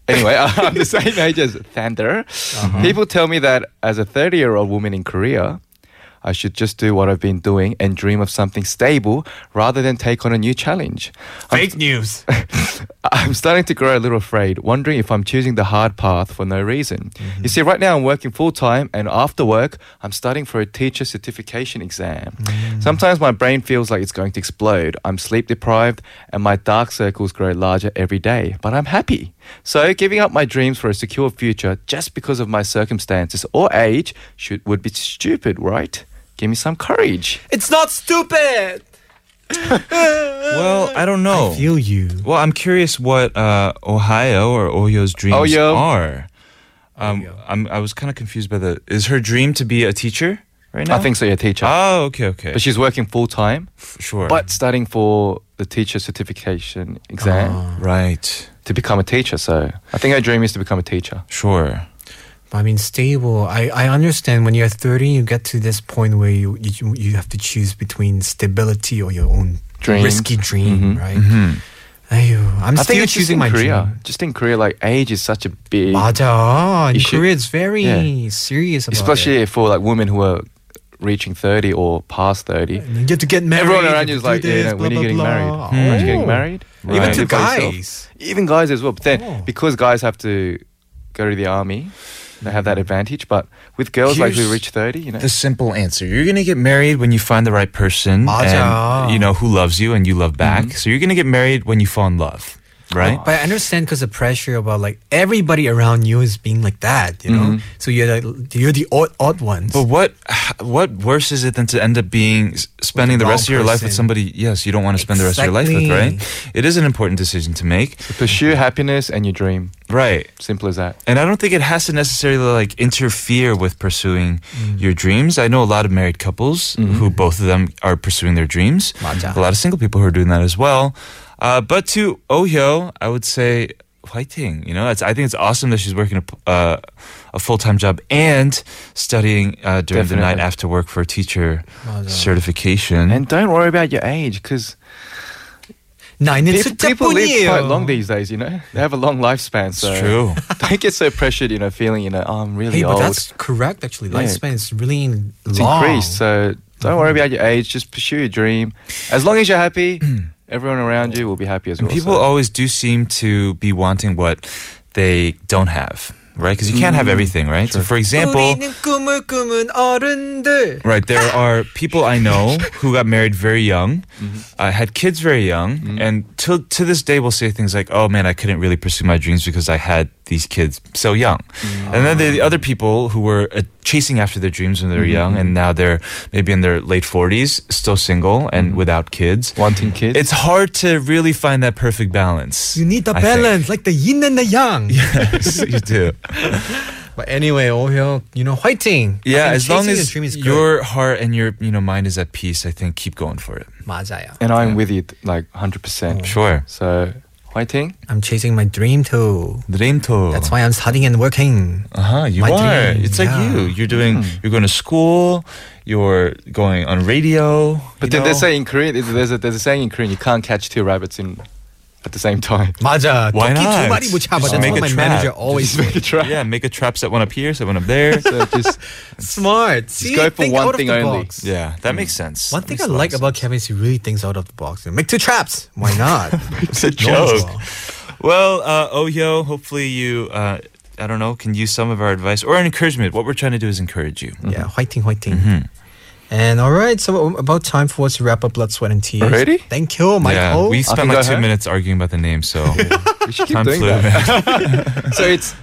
Anyway, I'm the same age as Thunder. People tell me that as a 30 year old woman in Korea, I should just do what I've been doing and dream of something stable rather than take on a new challenge. Fake news. I'm starting to grow a little afraid, wondering if I'm choosing the hard path for no reason. Mm-hmm. You see, right now I'm working full time, and after work, I'm studying for a teacher certification exam. Mm. Sometimes my brain feels like it's going to explode. I'm sleep deprived, and my dark circles grow larger every day, but I'm happy. So, giving up my dreams for a secure future just because of my circumstances or age should, would be stupid, right? Give me some courage. it's not stupid. Well, I don't know. Feel you. Well, I'm curious what uh, Ohio or Oyo's dreams Ohio. are. Um, I'm, I was kind of confused by the. Is her dream to be a teacher right now? I think so, yeah, teacher. Oh, okay, okay. but she's working full time. sure. but studying for the teacher certification exam Ah. right, to become a teacher. So I think our dream is to become a teacher. sure. I mean, stable. I, I understand when you're 30, you get to this point where you, you you have to choose between stability or your own Dream. risky dream, right? Ayo, I'm Mm-hmm. I still think it's just choosing in my Korea. dream. Just in Korea, like age is such a big, 맞아. In You should- Korea, it's very yeah. serious about it. especially for like women who are reaching thirty or past thirty. You get to get married. Everyone you around you have to do is like, this, yeah, you know, when blah, are you getting blah, married? blah. When are you Oh. getting married? Even Right. to For yourself. guys. Even guys as well. But then Oh. because guys have to go to the army, they have that advantage. But with girls, like Here's who reach thirty, you know, The simple answer: You're gonna get married when you find the right person, 맞아. Mm-hmm. and you know who loves you and you love back. So you're gonna get married when you fall in love. right? But I understand because the pressure about like everybody around you is being like that, you know. So you're like you're the odd odd ones. Mm-hmm. But what what worse is it than to end up being s- spending the the, wrong rest of your life with person. somebody yes you don't want to spend the rest of your life with, right? It is an important decision to make. Pursue happiness and your dream. Right. Simple as that. And I don't think it has to necessarily like interfere with pursuing Mm. your dreams. I know a lot of married couples Mm-hmm. who both of them are pursuing their dreams. 맞아. A lot of single people who are doing that as well. Uh, but to Ohyo, I would say fighting. You know, it's, I think it's awesome that she's working a, p- uh, a full time job and studying uh, during the night Definitely. after work for a teacher certification. And don't worry about your age because 나이는 people, people live 숫자뿐이에요. quite long these days, you know? They have a long lifespan. So it's true. don't get so pressured, you know, feeling, you know, oh, I'm really Hey, but old. that's correct. Actually, Yeah. lifespan is really long. it's increased. So don't worry about your age. Just pursue your dream. As long as you're happy, everyone around you will be happy as well. People so. always do seem to be wanting what they don't have, right? Because you can't have Mm-hmm. everything, right? So, for example, 우리는 꿈을 꾸는 어른들. right, there are people I know who got married very young, Mm-hmm. uh, had kids very young, and to to this day will say things like, "Oh man, I couldn't really pursue my dreams because I had these kids so young," Mm-hmm. and then there are the other people who were uh, chasing after their dreams when they were Mm-hmm, young, and now they're maybe in their late forties, still single and Mm-hmm. without kids. wanting kids. It's hard to really find that perfect balance. You need the I think. balance, like the yin and the yang. Yes, you do. But anyway, Ohyo, you know, fighting. Yeah, And as long chasing your as dream is good. your heart and your you know mind is at peace, I think keep going for it. 맞아요. and I'm with you like 100%. Sure. So, fighting. I'm chasing my dream too. Dream to. That's why I'm studying and working. Uh-huh, you my are. dream, it's like yeah. you. You're doing. Hmm. You're going to school. You're going on radio. But then they say in Korean, it's- there's a, there's a saying in Korean, you can't catch two rabbits in at the same time. 맞아. Why 토끼 두 not? 마리 못 잡아. Just That's make what a my trap. manager always Just make a try. Yeah, make a trap set one up here, set one up there. So just, smart. See, go for think one out of thing the only. box. yeah, Hmm. that makes sense. One That thing makes a I lot like of about Kevin is he really thinks out of the box. Make two traps. Why not? sense. it's a No one's joke. wrong. Well, uh, Ohyo, hopefully you. Uh, I don't know. Can use some of our advice or encouragement. What we're trying to do is encourage you. Hmm. Yeah, fighting, fighting. Mm-hmm. And all right, so about time for us to wrap up Blood, Sweat, and Tears. Already? Thank you, Yeah, Michael. we can spent go like two ahead. minutes arguing about the name, so we should keep time doing flew. that. man. So it's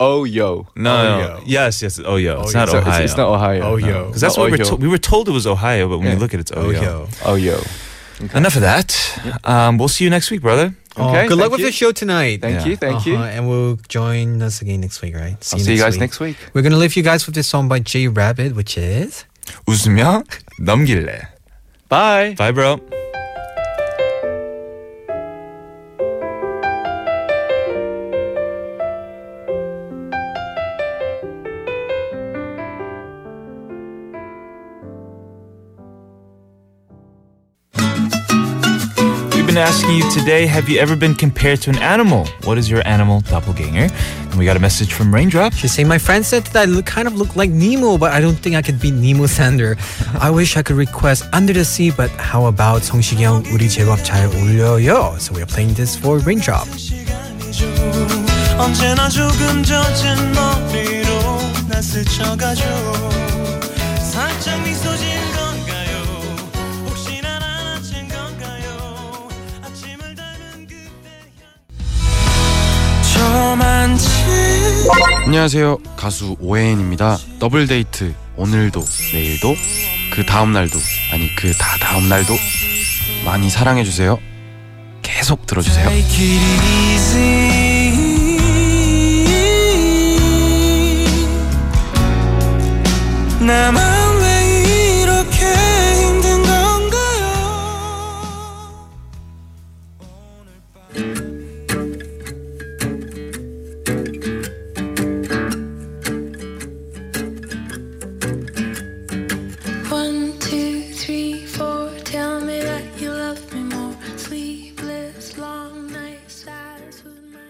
oh yo. No, no. Ohio. Yes, yes. Oh, yeah. It's Ohio. not So it's, Ohio. it's not Ohio. Oh, yo. Because that's not what we're Ohio. told. We were told it was Ohio, but when Yeah. we look at it, it's Ohio. Ohio. Oh yo. Enough of that. Um, we'll see you next week, brother. Oh, Okay, good luck thank with you. the show tonight. Yeah. Thank you, thank you. Uh-huh, and we'll join us again next week, right? I'll see you guys next week. We're gonna leave you guys with this song by J Rabbit, which is 웃으며 넘길래. Bye. Bye, bro. We've been asking you today have you ever been compared to an animal? What is your animal doppelganger? And we got a message from Raindrop. She's saying, My friend said that I look, kind of look like Nemo, but I don't think I could beat Nemo Sander. I wish I could request Under the Sea, but how about 성시경 우리 제법 잘 어울려요? So we are playing this for Raindrop. 시간이죠 언제나 조금 젖은 머리로 나 스쳐가죠 살짝 미소 진 건가요 혹시 난 알아챈 건가요 아침을 닮은 그때 저만치 안녕하세요. 가수 오혜인입니다. 더블 데이트 오늘도 내일도 그 다음 날도 아니 그 다 다음 날도 많이 사랑해 주세요. 계속 들어 주세요. Take it easy. 나만 왜 이렇게 힘든 건가요? One, two, three, four. Tell me that you love me more. Sleepless, long nights, hours with my.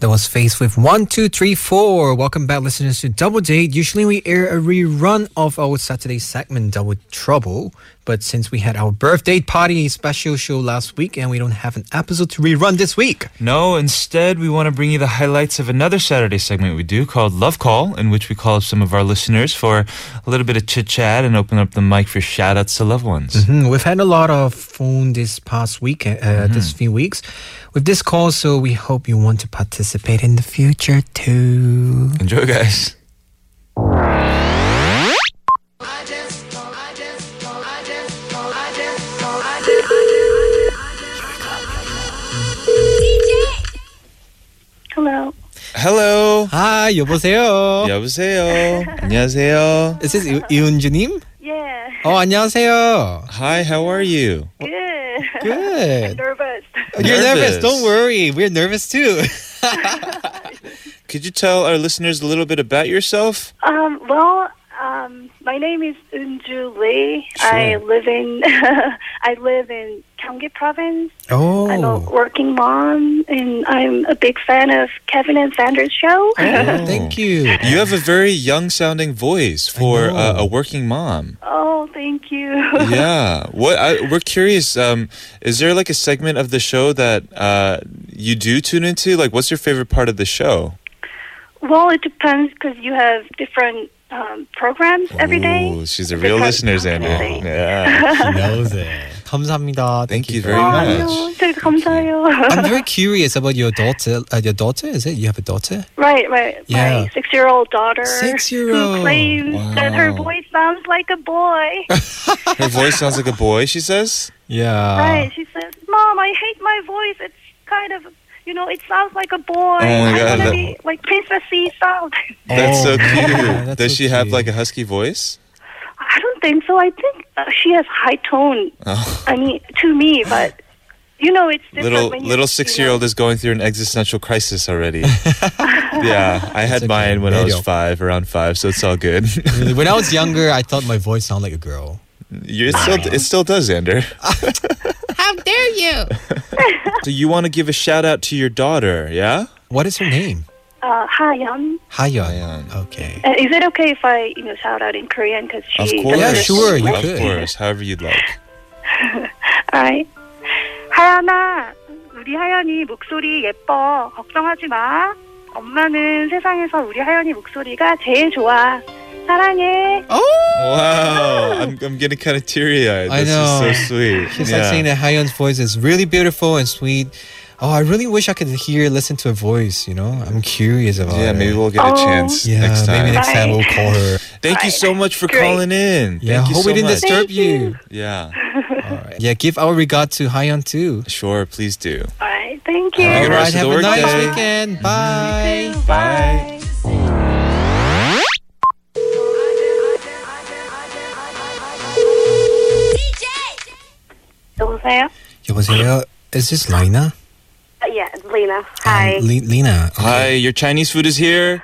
That was Faced with one, two, three, four. Welcome back, listeners, to Double Date. Usually we air a rerun of our Saturday segment, Double Trouble, But since we had our birthday party special show last week and we don't have an episode to rerun this week, No, instead, we want to bring you the highlights of another Saturday segment we do called Love Call, in which we call up some of our listeners for a little bit of chit chat and open up the mic for shout outs to loved ones. Hmm, we've had a lot of phone this past week, uh, this few weeks with this call. So we hope you want to participate in the future too. Enjoy, guys. Hello. Oh. Hello. Hi, 여보세요. 여보세요. 안녕하세요. This is I- 이은주님. Yeah. Oh, 안녕하세요. Hi, how are you? Good. Good. Nervous. You're nervous. Nervous. Don't worry. We're nervous too. Could you tell our listeners a little bit about yourself? Um, well, um, my name is Eunju Lee. I Sure. live in I live in Gyeonggi Province. I'm a Oh. working mom, and I'm a big fan of Kevin and Sanders' show. Oh. Thank you. You have a very young sounding voice for know. uh, a working mom. oh, thank you. yeah. What I, we're curious um, is there like a segment of the show that uh, you do tune into? Like, what's your favorite part of the show? Well, it depends because you have different um, programs every day. Ooh, she's a real listener, Xander. Everything. Yeah. She knows it. 감사합니다. Thank you very much. Oh, 아니요. 되게 감사해요. I'm very curious about your daughter. Uh, your daughter is it? You have a daughter? Right, right. Yeah. My six year old daughter Six-year-old. who claims that her Wow. Uh-huh. voice sounds like a boy. Her voice sounds like a boy, she says. Yeah. right. She says, Mom, I hate my voice. It's kind of you know, it sounds like a boy. Oh my Oh I God, wanna that- be like Princess C sound. That's so Oh, yeah, cute. that's Does so she have cute. like a husky voice? I don't think so. I think uh, she has high tone. Oh. I mean, to me, but you know, it's different Little when you, little you six year know. old is going through an existential crisis already. yeah, I had okay. mine when I was Radio. five, around five, so it's all good. Really, When I was younger, I thought my voice sounded like a girl. you it still it still does, Xander. How dare you? So you want to give a shout out to your daughter, yeah? What is her name? Uh, Hayan. Hayeon. Hayeon. Okay. Uh, is it okay if I, you know, shout out in Korean? Because she. Of course. Yeah, sure, you of could. course. However you'd like. 아이. 하연아, 우리 하연이 목소리 예뻐. 걱정하지 마. 엄마는 세상에서 우리 하연이 목소리가 제일 좋아. 사랑해. Oh! Wow. I'm I'm getting kinda teary eyed. I This know. is so sweet. She's like saying that Hayeon's voice is really beautiful and sweet. Oh, I really wish I could hear, listen to her voice. You know, I'm curious about. Yeah, it. maybe we'll get a Oh. chance Yeah, next time. maybe next time Bye. we'll call her. Thank you so much for Great. calling in. Yeah, Thank you hope so we didn't much. disturb you. Yeah, Yeah, give our regard to Hayeon too. sure. Please do. All right, thank you. Have a good All right, rest of have the a nice workday. weekend. Bye. Bye. 여보세요? Uh, 여보세요. Is this Lina? Yeah, Lena. 아. Um, Li- Lina. Okay. Hi, your Chinese food is here.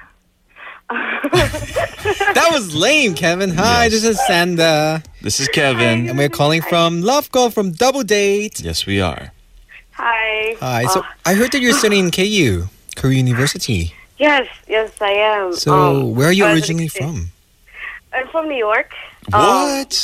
That was lame, Kevin. Hi, this is Sanda. This is Kevin. And we're calling from Love Call from Double Date. Yes, we are. Hi. Hi. So I heard that you're studying in KU, Korea University. yes, yes, I am. Um, So Oh, where are you originally from? I'm from New York. Uh, What?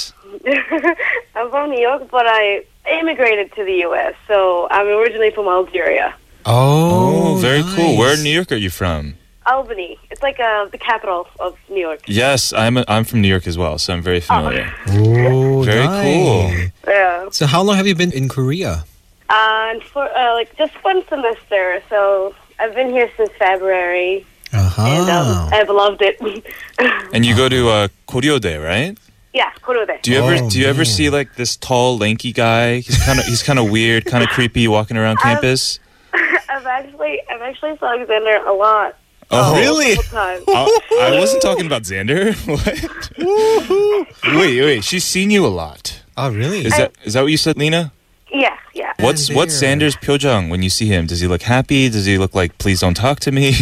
I'm from New York, but I immigrated to the U.S., so I'm originally from Algeria. Oh, very cool. Where in nice. New York are you from? Albany. It's like uh, the capital of New York. Yes, I'm. A, I'm from New York as well, so I'm very familiar. Oh, Very nice. cool. Yeah. So how long have you been in Korea? And for uh, like just one semester, so I've been here since February, Uh-huh. and um, I've loved it. And you go to uh, Koryode, right? yeah, Korode. Do you ever? Oh, do you ever man. see like this tall, lanky guy? He's kind of. he's kind of weird, kind of creepy, walking around campus. I've actually I've actually saw Alexander a lot. Oh, a couple times. I, I wasn't talking about Xander. what? wait, wait. She's seen you a lot. Oh, really? Is that is that what you said, Lena? yeah, yeah. What's what's there. Xander's pyojang when you see him? Does he look happy? Does he look like please don't talk to me?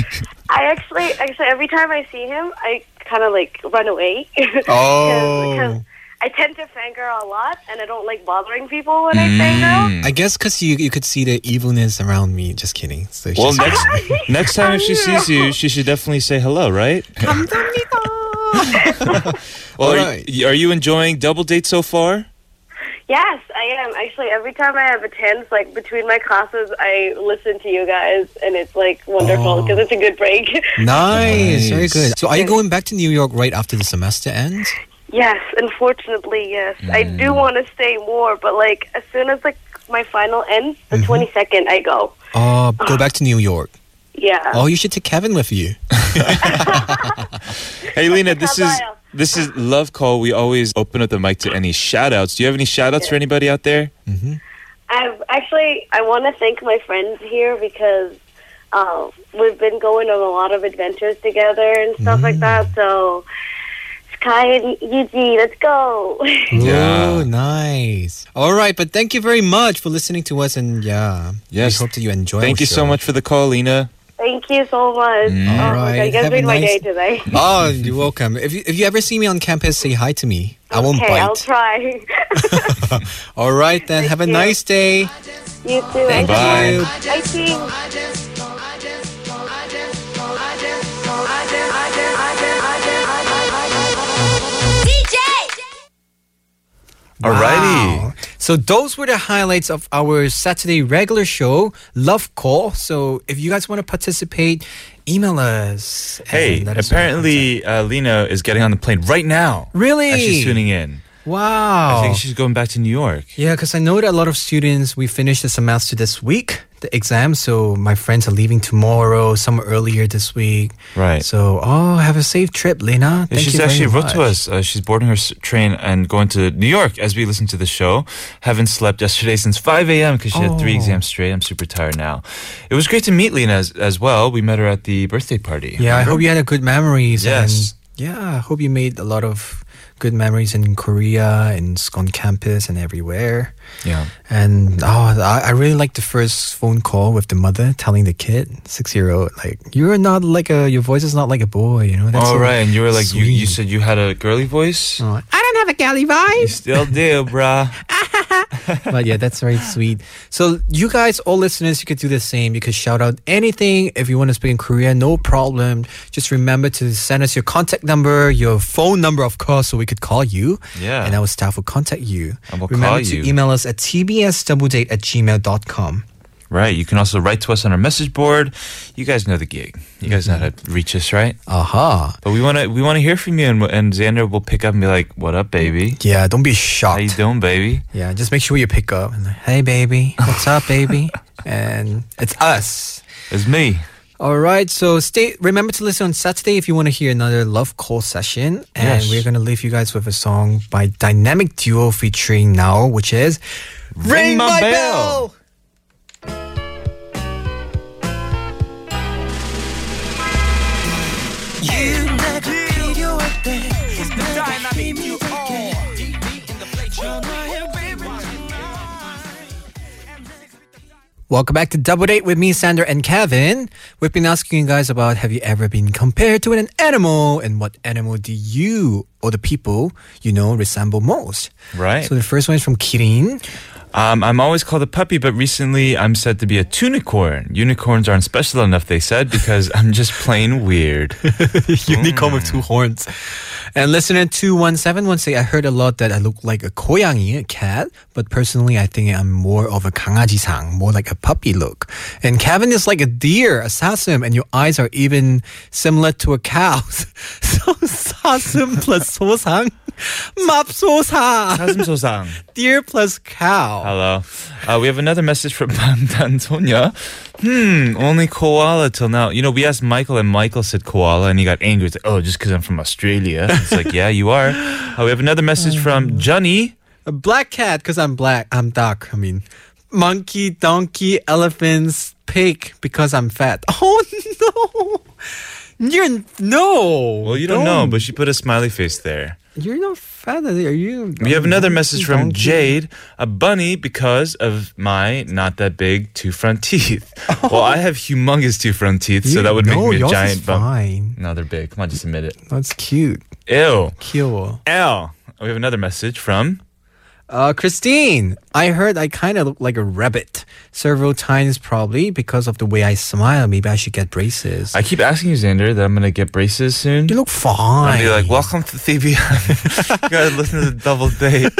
I actually actually every time I see him, I kind of like run away. Oh. Because I tend to fangirl a lot, and I don't like bothering people when I fangirl. I guess because you, you could see the evilness around me. Just kidding. So it's well, just- next next time if she sees you, she should definitely say hello, right? well, are, Alright. you, are you enjoying double date so far? Yes, I am. Actually, every time I have attends, like between my classes, I listen to you guys, and it's like wonderful because it's a good break. Nice, very good. So, are you going back to New York right after the semester ends? yes, unfortunately, yes. I do want to stay more, but like as soon as like my final ends, the Mhm. twenty second, I go. Oh, go back to New York. Yeah. Oh, you should take Kevin with you. Hey, Lena, this is this is Love Call. We always open up the mic to any shout outs. Do you have any shout outs for anybody out there? I've actually I want to thank my friends here because uh, we've been going on a lot of adventures together and stuff like Mm. that. So Sky and Yuji, let's go. Oh, nice. All right, but thank you very much for listening to us, and yeah, Yes. we hope that you enjoy. Thank you so much for the call, Lena. Thank you so much. Mm. oh All my right, god, you guys have a made my nice- day today. Oh, you're welcome. If you, if you ever see me on campus, say hi to me. I won't okay, bite. I'll try. All right, then. Have a you. nice day. you too. Thank I you. think- I think. Alrighty. So those were the highlights of our Saturday regular show, Love Call. So if you guys want to participate, email us. Hey, And let us know. apparently uh, Lena is getting on the plane right now. Really? As she's tuning in. Wow. I think she's going back to New York. Yeah, because I know that a lot of students, we finished the semester this week, the exam. So my friends are leaving tomorrow, some earlier this week. Right. So, oh, have a safe trip, Lena. Yeah, Thank she's you very actually wrote much. to us. Uh, she's boarding her s- train and going to New York as we listen to the show. Haven't slept yesterday since 5 a.m. because she had three Oh. exams straight. I'm super tired now. It was great to meet Lena as, as well. We met her at the birthday party. Yeah, I hope you had a good memories. Yes. And yeah, I hope you made a lot of good memories in Korea and s- on campus and everywhere. Yeah. And oh, I, I really like the first phone call with the mother telling the kid, six year old, like, you're not like a, your voice is not like a boy, you know? All so Oh, right, and you were like, you, you sweet. said you had a girly voice. Oh, I don't have a galley vibe. Still do, bruh. but yeah, that's very sweet. So you guys, all listeners, you could do the same. You could shout out anything if you want to speak in Korean, no problem. Just remember to send us your contact number, your phone number, of course, so we could call you. Yeah. And our staff will contact you. And we'll remember call to you. email us at tbsdoubledate at gmail.com. Right. You can also write to us on our message board. You guys know the gig. You guys know how Mm-hmm. to reach us, right? Aha. But we want to we want to hear from you, and, and Xander will pick up and be like, "What up, baby? Yeah, don't be How you shocked. doing, baby?" Yeah, just make sure you pick up. And like, hey, baby. What's up, baby? And it's us. It's me. All right, so stay. Remember to listen on Saturday if you want to hear another love call session. And Yes. we're gonna leave you guys with a song by Dynamic Duo featuring Now, which is Ring My Bell. You 내가 필요할 때 내가 힘이 될게 전화해 baby Welcome back to Double Date with me, Sander and Kevin. We've been asking you guys about have you ever been compared to an animal, and what animal do you or the people you know resemble most? Right. So the first one is from Kirin. Um, I'm always called a puppy, but recently I'm said to be a tunicorn. Unicorns aren't special enough, they said, because I'm just plain weird. unicorn with two horns. And listener 217 once say, I heard a lot that I look like a koyangi, a cat, but personally, I think I'm more of a kangaji-sang, more like a puppy look. And Kevin is like a deer, a sasum, and your eyes are even similar to a cow's. so sasum plus sosang, map sosa, Hasm-so-sang. deer plus cow. Hello. Uh, we have another message from Bangdan Tonya. Hmm, only koala till now. You know, we asked Michael, and Michael said koala, and he got angry. It's like, oh, just because I'm from Australia. It's like, yeah, you are. Uh, we have another message from Johnny. A black cat, because I'm black, I'm dark, I mean. Monkey, donkey, elephants, pig, because I'm fat. Oh no! You're no! Well, you don't know, but she put a smiley face there. You're not fat, are you? We have another message from Donkey. Jade, a bunny because of my not that big two front teeth. Well, I have humongous two front teeth, so You- that would make no, me a yours giant is bum- fine. No, they're big. Come on, just admit it. That's cute. Ew. Cute. Ew. We have another message from. Uh, Christine, I heard I kind of look like a rabbit several times, probably because of the way I smile. Maybe I should get braces. I keep asking you, Xander, that I'm gonna get braces soon. you look fine. I'll be like, "Welcome to TBM. you gotta listen to the double date."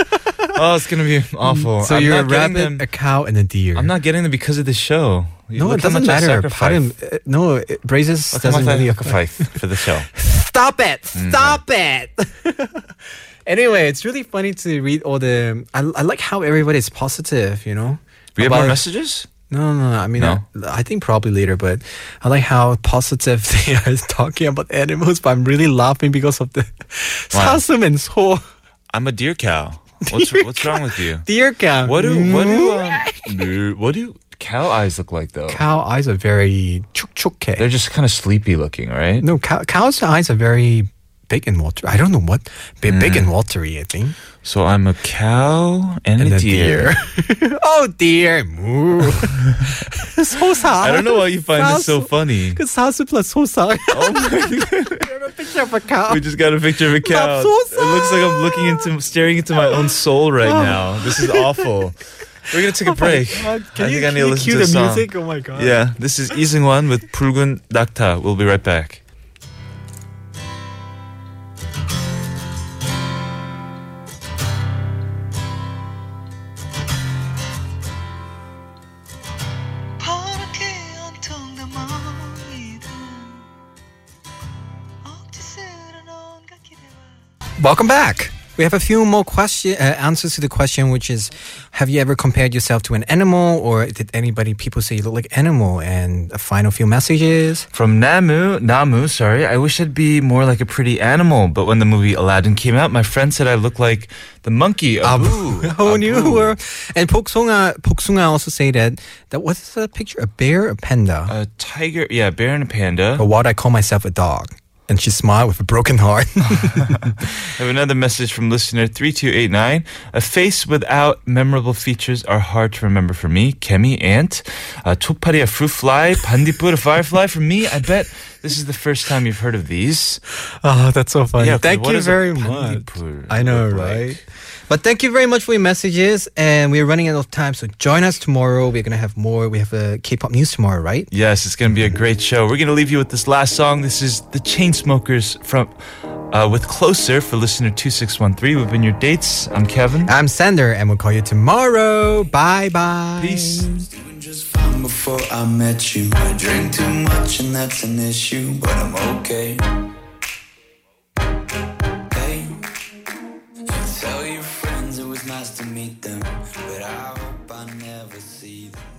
oh, it's gonna be awful. So I'm you're a not getting rabbit, them- a cow, and a deer. I'm not getting them because of the show. You no, look it how doesn't much I matter. sacrificed. Parim, uh, no, it, braces Look how doesn't much I really sacrificed for the show. Stop it! Mm, Stop it! anyway, it's really funny to read all the. I, I like how everybody's positive, you know? We have more About- messages. No, no, no. I mean, No? I, I think probably later, but I like how positive they are talking about animals, but I'm really laughing because of the Why? sasum and so. I'm a deer cow. What's Deer what's wrong with you? Deer Mm, cow. What do what do um, deer- what do cow eyes look like though? Cow eyes are very chuk chuk They're just kind of sleepy looking, right? No, cow, cow's eyes are very big and watery. I don't know what. Big, Mm. big and watery, I think. So I'm a cow and, a, deer. oh dear. Moo. so sad. I don't know why you find this so funny. Because sasu plus so sad. Oh my god. a picture of a cow. We just got a picture of a cow. I'm so It looks like I'm looking into, staring into my own soul right Oh. now. This is awful. We're gonna take a break. God. Can I you- think I can need you to listen to cue the a song. music? Oh my God. Yeah, this is Ising One with Pulgun Dakta. We'll be right back. Welcome back. We have a few more question uh, answers to the question, which is: Have you ever compared yourself to an animal, or did anybody people say you look like animal? And a final few messages. From Namu, Namu, sorry, I wish I'd be more like a pretty animal. But when the movie Aladdin came out, my friend said I look like the monkey Abu. Who knew? Oh, Were, and Poksunga, Poksunga also say that that what's the picture? A bear, a panda, a tiger, yeah, bear and a panda. or what I call myself a dog. And she smiled with a broken heart. I have another message from listener 3289. A face without memorable features are hard to remember for me. Kemi, ant. Uh, Topari, a fruit fly. Pandipur, a firefly. For me, I bet this is the first time you've heard of these. oh, that's so funny. Yeah, 'cause Thank what you is a very much. pandipur I know, look like? right? But thank you very much for your messages. And we're running out of time. So join us tomorrow. We're going to have more. We have a K pop news tomorrow, right? Yes, it's going to be a great show. We're going to leave you with this last song. This is The Chainsmokers from uh, with Closer for listener 2613. We've been your dates. I'm Kevin. I'm Sander, and we'll call you tomorrow. Bye bye. Peace. fine before I met you. I drink too much and that's an issue, but I'm okay. Hey, you tell your friends it was nice to meet them, but I hope I never see them.